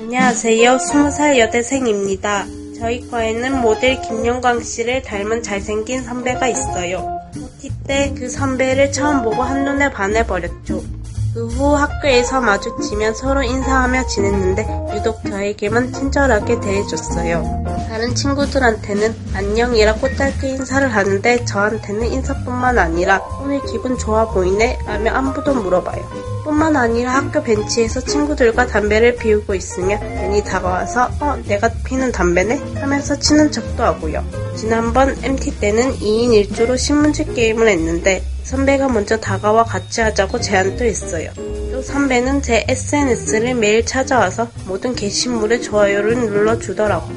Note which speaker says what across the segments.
Speaker 1: 안녕하세요. 스무 살 여대생입니다. 저희 과에는 모델 김영광 씨를 닮은 잘생긴 선배가 있어요. OT 때 그 선배를 처음 보고 한눈에 반해버렸죠. 그 후 학교에서 마주치면 서로 인사하며 지냈는데 유독 저에게만 친절하게 대해줬어요. 다른 친구들한테는 안녕이라고 짧게 인사를 하는데 저한테는 인사뿐만 아니라 오늘 기분 좋아 보이네? 라며 안부도 물어봐요. 뿐만 아니라 학교 벤치에서 친구들과 담배를 피우고 있으면 괜히 다가와서 어 내가 피는 담배네 하면서 치는 척도 하고요. 지난번 MT 때는 2인 1조로 신문지 게임을 했는데 선배가 먼저 다가와 같이 하자고 제안도 했어요. 또 선배는 제 SNS를 매일 찾아와서 모든 게시물에 좋아요를 눌러주더라고요.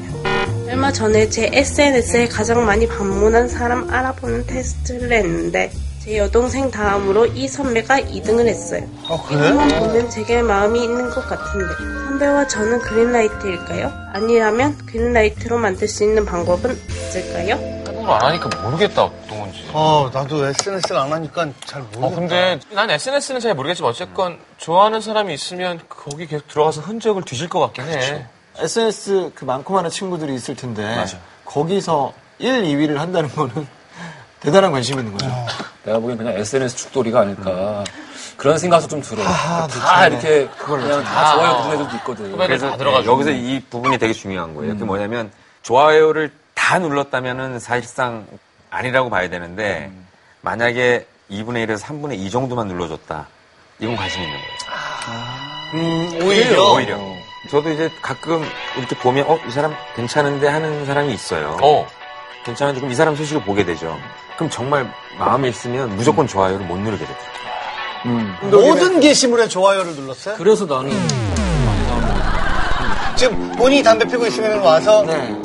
Speaker 1: 얼마 전에 제 SNS에 가장 많이 방문한 사람 알아보는 테스트를 했는데 제 여동생 다음으로 이 선배가 2등을 했어요.
Speaker 2: 아
Speaker 1: 이분만 보면 제게 마음이 있는 것 같은데 선배와 저는 그린라이트일까요? 아니라면 그린라이트로 만들 수 있는 방법은 없을까요?
Speaker 3: 카톡을 안 하니까 모르겠다 어떤 건지.
Speaker 2: 어
Speaker 3: 어,
Speaker 2: 나도 SNS를 안 하니까 잘 모르겠다.
Speaker 4: 그러니까.
Speaker 3: 근데 난 SNS는 잘 모르겠지만 어쨌건 좋아하는 사람이 있으면 거기 계속 들어가서 흔적을 뒤질 것 같긴
Speaker 4: 그렇죠.
Speaker 3: 해.
Speaker 5: SNS 그 많고 많은 친구들이 있을 텐데
Speaker 3: 맞아.
Speaker 5: 거기서 1, 2위를 한다는 거는 대단한 관심이 있는 거죠.
Speaker 2: 어.
Speaker 4: 내가 보기엔 그냥 SNS 죽돌이가 아닐까.
Speaker 3: 음.
Speaker 4: 그런 생각도 좀 들어.
Speaker 3: 그렇죠.
Speaker 4: 다 이렇게 그냥 다 좋아요 부른 애들도 있거든. 네,
Speaker 3: 후배들 그렇죠. 다 들어가서
Speaker 6: 여기서 이 부분이 되게 중요한 거예요. 그게 뭐냐면 좋아요를 다 눌렀다면은 사실상 아니라고 봐야 되는데 만약에 2분의 1에서 3분의 2 정도만 눌러줬다. 이건 관심 있는 거예요. 음,
Speaker 2: 오히려
Speaker 6: 오히려. 저도 이제 가끔 이렇게 보면 어 이 사람 괜찮은데 하는 사람이 있어요.
Speaker 3: 어.
Speaker 6: 괜찮은데 그럼 이 사람 소식을 보게 되죠. 그럼 정말 마음에 있으면 무조건 좋아요를 못 누르게 돼요.
Speaker 2: 모든 게시물에 좋아요를 눌렀어요?
Speaker 5: 그래서 나는
Speaker 3: 음.
Speaker 2: 지금 본인이 담배 피고 있으면 와서
Speaker 5: 나랑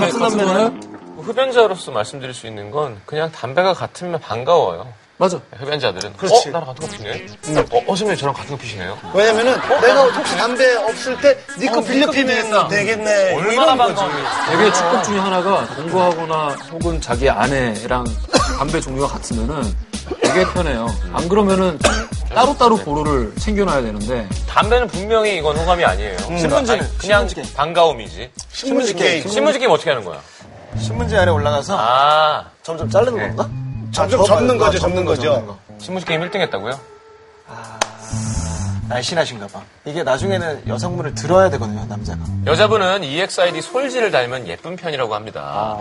Speaker 5: 같은 남매는
Speaker 3: 뭐 흡연자로서 말씀드릴 수 있는 건 그냥 담배가 같으면 반가워요.
Speaker 5: 맞아.
Speaker 3: 흡연자들은
Speaker 2: 그렇지.
Speaker 3: 어 나랑 같은 거 피네. 어, 어 선배님 저랑 같은 거 피시네요.
Speaker 2: 왜냐면은 내가 혹시 담배 없을 때 니 거 빌려 피면 되겠네. 뭐
Speaker 3: 얼마나
Speaker 2: 이런 거지.
Speaker 3: 반가운데.
Speaker 4: 되게 축복 중에 하나가 동거하거나 혹은 자기 아내랑 담배 종류가 같으면은 되게 편해요. 안 그러면은 따로따로 보루를 챙겨놔야 되는데
Speaker 3: 담배는 분명히 이건 호감이 아니에요. 신문지 그냥 반가움이지.
Speaker 2: 신문지 게임.
Speaker 3: 신문지 게임 어떻게 하는 거야?
Speaker 5: 신문지 안에 올라가서
Speaker 3: 아
Speaker 5: 점점 자르는 건가?
Speaker 2: 점점
Speaker 5: 아,
Speaker 2: 접는
Speaker 5: 거,
Speaker 2: 거죠, 접는 거죠.
Speaker 3: 신문지 게임 1등 했다고요?
Speaker 5: 날씬하신가 봐. 이게 나중에는 여성분을 들어야 되거든요, 남자가.
Speaker 3: 여자분은 E EXID 솔지를 닮은 예쁜 편이라고 합니다.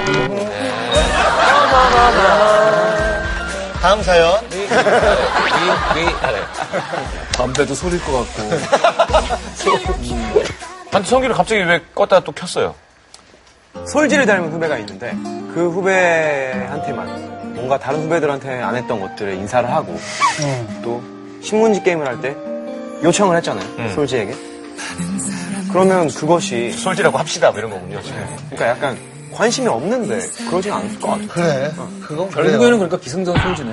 Speaker 2: 다음 사연.
Speaker 3: 위, 위, 그, 아래. 네.
Speaker 4: 담배도 소릴 것 같고.
Speaker 3: 아, 성기를 갑자기 왜 껐다 또 켰어요?
Speaker 7: 솔지를 닮은 후배가 있는데 그 후배한테만 뭔가 다른 후배들한테 안 했던 것들을 인사를 하고 또 신문지 게임을 할 때 요청을 했잖아요
Speaker 5: 음.
Speaker 7: 솔지에게 그러면 그것이
Speaker 3: 솔지라고 합시다, 뭐 이런 거군요, 지금.
Speaker 7: 그러니까 약간 관심이 없는데 그러진 않을 것 같아요
Speaker 2: 그래. 네. 그건 그래요.
Speaker 4: 결국에는 그러니까 기승전 솔지네.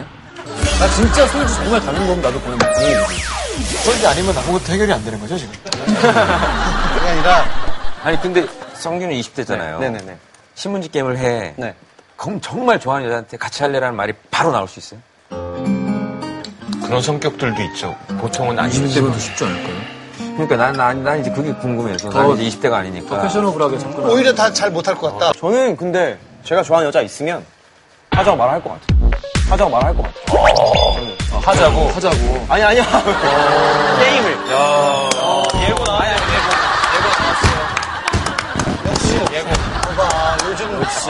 Speaker 4: 나 진짜 솔지 정말 닮은 거면 나도 보내.
Speaker 5: 솔지 아니면 나보고 해결이 안 되는 거죠, 지금?
Speaker 2: 음. 그게 아니라
Speaker 6: 아니 근데 성규는 20대잖아요.
Speaker 7: 네네네
Speaker 6: 신문지 게임을 해.
Speaker 7: 네.
Speaker 6: 그럼 정말 좋아하는 여자한테 같이 할래라는 말이 바로 나올 수 있어요?
Speaker 3: 그런 성격들도 있죠. 보통은 안
Speaker 4: 이십
Speaker 3: 니
Speaker 4: 대면더 쉽지 않을 거예요.
Speaker 6: 그러니까 난, 난, 난 이제 그게 궁금해서.
Speaker 4: 더-
Speaker 6: 난 이제 20대가
Speaker 4: 더
Speaker 6: 아니니까.
Speaker 4: 패셔너블하게 접근하고.
Speaker 2: 오히려 다 잘 못할 것 같다.
Speaker 7: 저는 근데 제가 좋아하는 여자 있으면 하자고 말할 것 같아요 하자고 말할 것 같아요
Speaker 3: 하자고.
Speaker 4: 하자고.
Speaker 7: 아니 아니야 게임을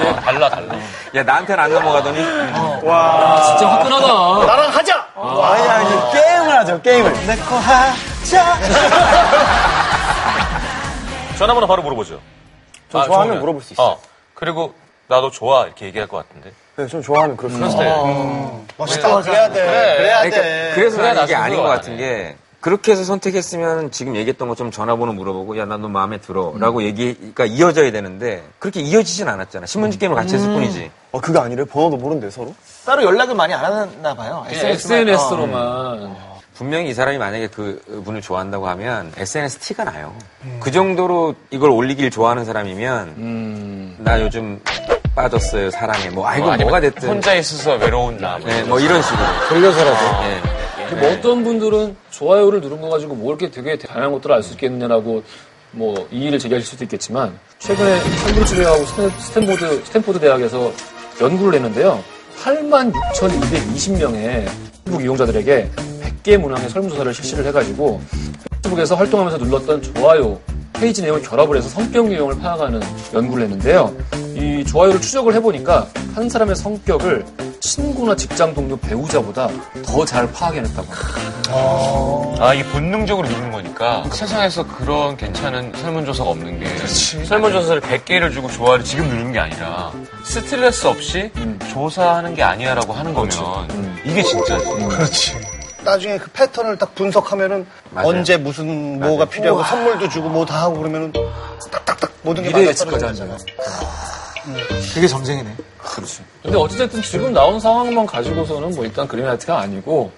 Speaker 3: 어, 달라, 달라.
Speaker 6: 야, 나한테는 안 넘어가더니.
Speaker 4: 진짜 화끈하다.
Speaker 2: 나랑 하자.
Speaker 7: 아니 아니 게임을 하죠 게임을 내 거 하자
Speaker 3: 전화번호 바로 물어보죠.
Speaker 7: 저 좋아하면 물어볼 수 있어요.
Speaker 3: 어. 그리고 나도 좋아 이렇게 얘기할 것 같은데.
Speaker 7: 네, 좀 좋아하면 그럴 수 있어요
Speaker 3: 그런 스타일.
Speaker 2: 멋있다. 그래야 돼. 그래야 돼.
Speaker 6: 그러니까 네. 그래서
Speaker 3: 그래,
Speaker 6: 난 이게
Speaker 3: 나도
Speaker 6: 아닌 것
Speaker 3: 그거
Speaker 6: 같은 게. 그렇게 해서 선택했으면 지금 얘기했던 것처럼 전화번호 물어보고 야 나 너 마음에 들어 라고 얘기가 이어져야 되는데 그렇게 이어지진 않았잖아 신문지 게임을 같이 했을 뿐이지
Speaker 7: 어, 그거 아니래? 번호도 모른대, 서로?
Speaker 5: 따로 연락을 많이 안 하나 봐요.
Speaker 4: 네, SNS로만.
Speaker 6: 분명히 이 사람이 만약에 그 분을 좋아한다고 하면 SNS 티가 나요 그 정도로 이걸 올리길 좋아하는 사람이면 나 요즘 빠졌어요 사랑에 음. 뭐 아이고
Speaker 3: 아니면
Speaker 6: 뭐가 됐든
Speaker 3: 혼자 있어서 외로운 나. 뭐
Speaker 6: 네, 뭐 이런 식으로
Speaker 4: 돌려서라도.
Speaker 6: 예.
Speaker 4: 네. 뭐 어떤 분들은 좋아요를 누른 거 가지고 뭐 이렇게 되게 다양한 것들을 알 수 있겠느냐라고 뭐 이의를 제기하실 수도 있겠지만 최근에 캠브리지 대학하고 스탠- 스탠포드 스탠포드 대학에서 연구를 했는데요. 8만 6,220명의 페이스북 이용자들에게 100개 문항의 설문조사를 실시를 해가지고 페이스북에서 활동하면서 눌렀던 좋아요 페이지 내용을 결합을 해서 성격 유형을 파악하는 연구를 했는데요. 이 좋아요를 추적을 해보니까 한 사람의 성격을 친구나 직장 동료 배우자보다 더 잘 파악해냈다고 합니다.
Speaker 3: 아, 이게 본능적으로 누르는 거니까 세상에서 그런 괜찮은 설문조사가 없는 게 설문조사를 100개를 주고 좋아를 지금 누르는 게 아니라 스트레스 없이 조사하는 게 아니야라고 하는 거면 이게 진짜지.
Speaker 2: 그렇지. 나중에 그 패턴을 딱 분석하면은
Speaker 6: 맞아요.
Speaker 2: 언제 무슨 뭐가 필요하고 선물도 주고 뭐 다 하고 그러면은 딱딱딱 모든 게
Speaker 4: 미래
Speaker 2: 맞아
Speaker 4: 예측까지
Speaker 2: 떨어지는
Speaker 4: 한다면.
Speaker 5: 예, 그게 점쟁이네.
Speaker 4: 근데 어찌됐든 지금 나온 상황만 가지고서는 뭐 일단 그린라이트가 아니고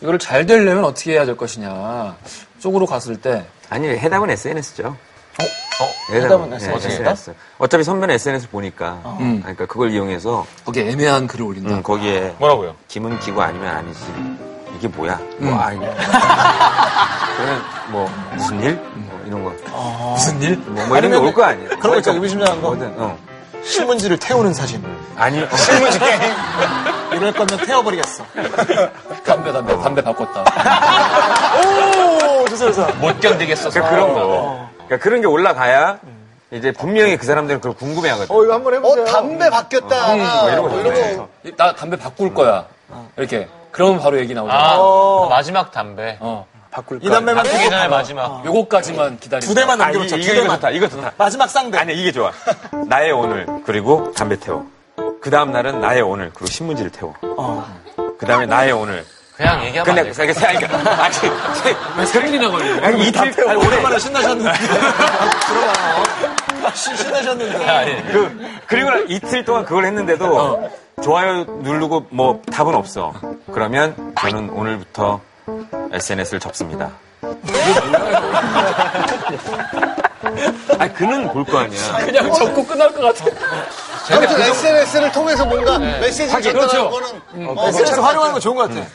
Speaker 4: 이거를 잘 되려면 어떻게 해야 될 것이냐 쪽으로 갔을 때
Speaker 6: 아니 해답은 SNS죠. 어?
Speaker 4: 해답은 SNS?
Speaker 6: 어차피 선배는 SNS 보니까.
Speaker 4: 음.
Speaker 6: 그러니까 그걸 이용해서
Speaker 4: 거기에 애매한 글을 올린다.
Speaker 6: 음, 거기에
Speaker 3: 뭐라고요?
Speaker 6: 김은 기고 아니면 아니지. 이게 뭐야? 뭐, 아, 이거. 저는 뭐, 무슨 일? 뭐, 이런 거.
Speaker 5: 무슨 일?
Speaker 6: 뭐, 뭐 이런 게 올 거 아니에요?
Speaker 5: 그런 거 있잖아, 의미심장한 거.
Speaker 6: 뭐든, 어.
Speaker 5: 신문지를 태우는 사진.
Speaker 6: 아니, 어.
Speaker 5: 이럴 거면 태워버리겠어.
Speaker 4: 담배 담배 담배 바꿨다.
Speaker 5: 오, 좋다, 좋다.
Speaker 3: 못 견디겠어서.
Speaker 6: 그러니까 그런 거. 그러니까 그런 게 올라가야 이제 분명히 그 사람들은 그걸 궁금해 하거든.
Speaker 5: 어, 이거 한번 해보세요.
Speaker 2: 어, 담배 바뀌었다. 아,
Speaker 6: 이런 거
Speaker 2: 뭐 이런
Speaker 6: 있잖아요.
Speaker 2: 거.
Speaker 4: 나 담배 바꿀 거야. 이렇게 그러면 바로 얘기 어. 나오잖아.
Speaker 3: 아,
Speaker 4: 요
Speaker 7: 어.
Speaker 3: 그 마지막 담배.
Speaker 4: 어.
Speaker 5: 이 담배만
Speaker 3: 바꾸기 전에
Speaker 5: 태워.
Speaker 3: 마지막.
Speaker 4: 요거까지만 기다리다.
Speaker 5: 두 대만
Speaker 6: 아, 이-
Speaker 5: 남겨놓자, 두
Speaker 6: 이거, 이거
Speaker 5: 대만.
Speaker 6: 좋다. 이거 좋다.
Speaker 5: 마지막
Speaker 4: 네.
Speaker 5: 쌍대.
Speaker 6: 아니, 이게 좋아. 나의 오늘, 그리고 담배 태워. 그 다음날은 나의 오늘, 그리고 신문지를 태워.
Speaker 4: 어.
Speaker 6: 그 다음에 나의 오늘.
Speaker 3: 그냥 얘기하면 안
Speaker 6: 근데,
Speaker 3: 될까요?
Speaker 6: 그러니까, 그러니까, 아니,
Speaker 4: 왜 생리나 걸려?
Speaker 6: 아니, 이틀, 아니, 오래,
Speaker 5: 얼마나 신나셨는데. 들어봐. 신- 신나셨는데.
Speaker 3: 아, 예.
Speaker 6: 그, 그리고 나 이틀 동안 그걸 했는데도
Speaker 4: 어.
Speaker 6: 좋아요 누르고 뭐 답은 없어. 그러면 저는 오늘부터 SNS를 접습니다. 아, 그는 볼 거 아니야.
Speaker 4: 그냥 접고 끝날 것 같아.
Speaker 2: 아무튼 SNS를 통해서 뭔가 메시지를 전달하는 어, 거는
Speaker 5: 어, SNS 활용하는 거 좋은 것 같아.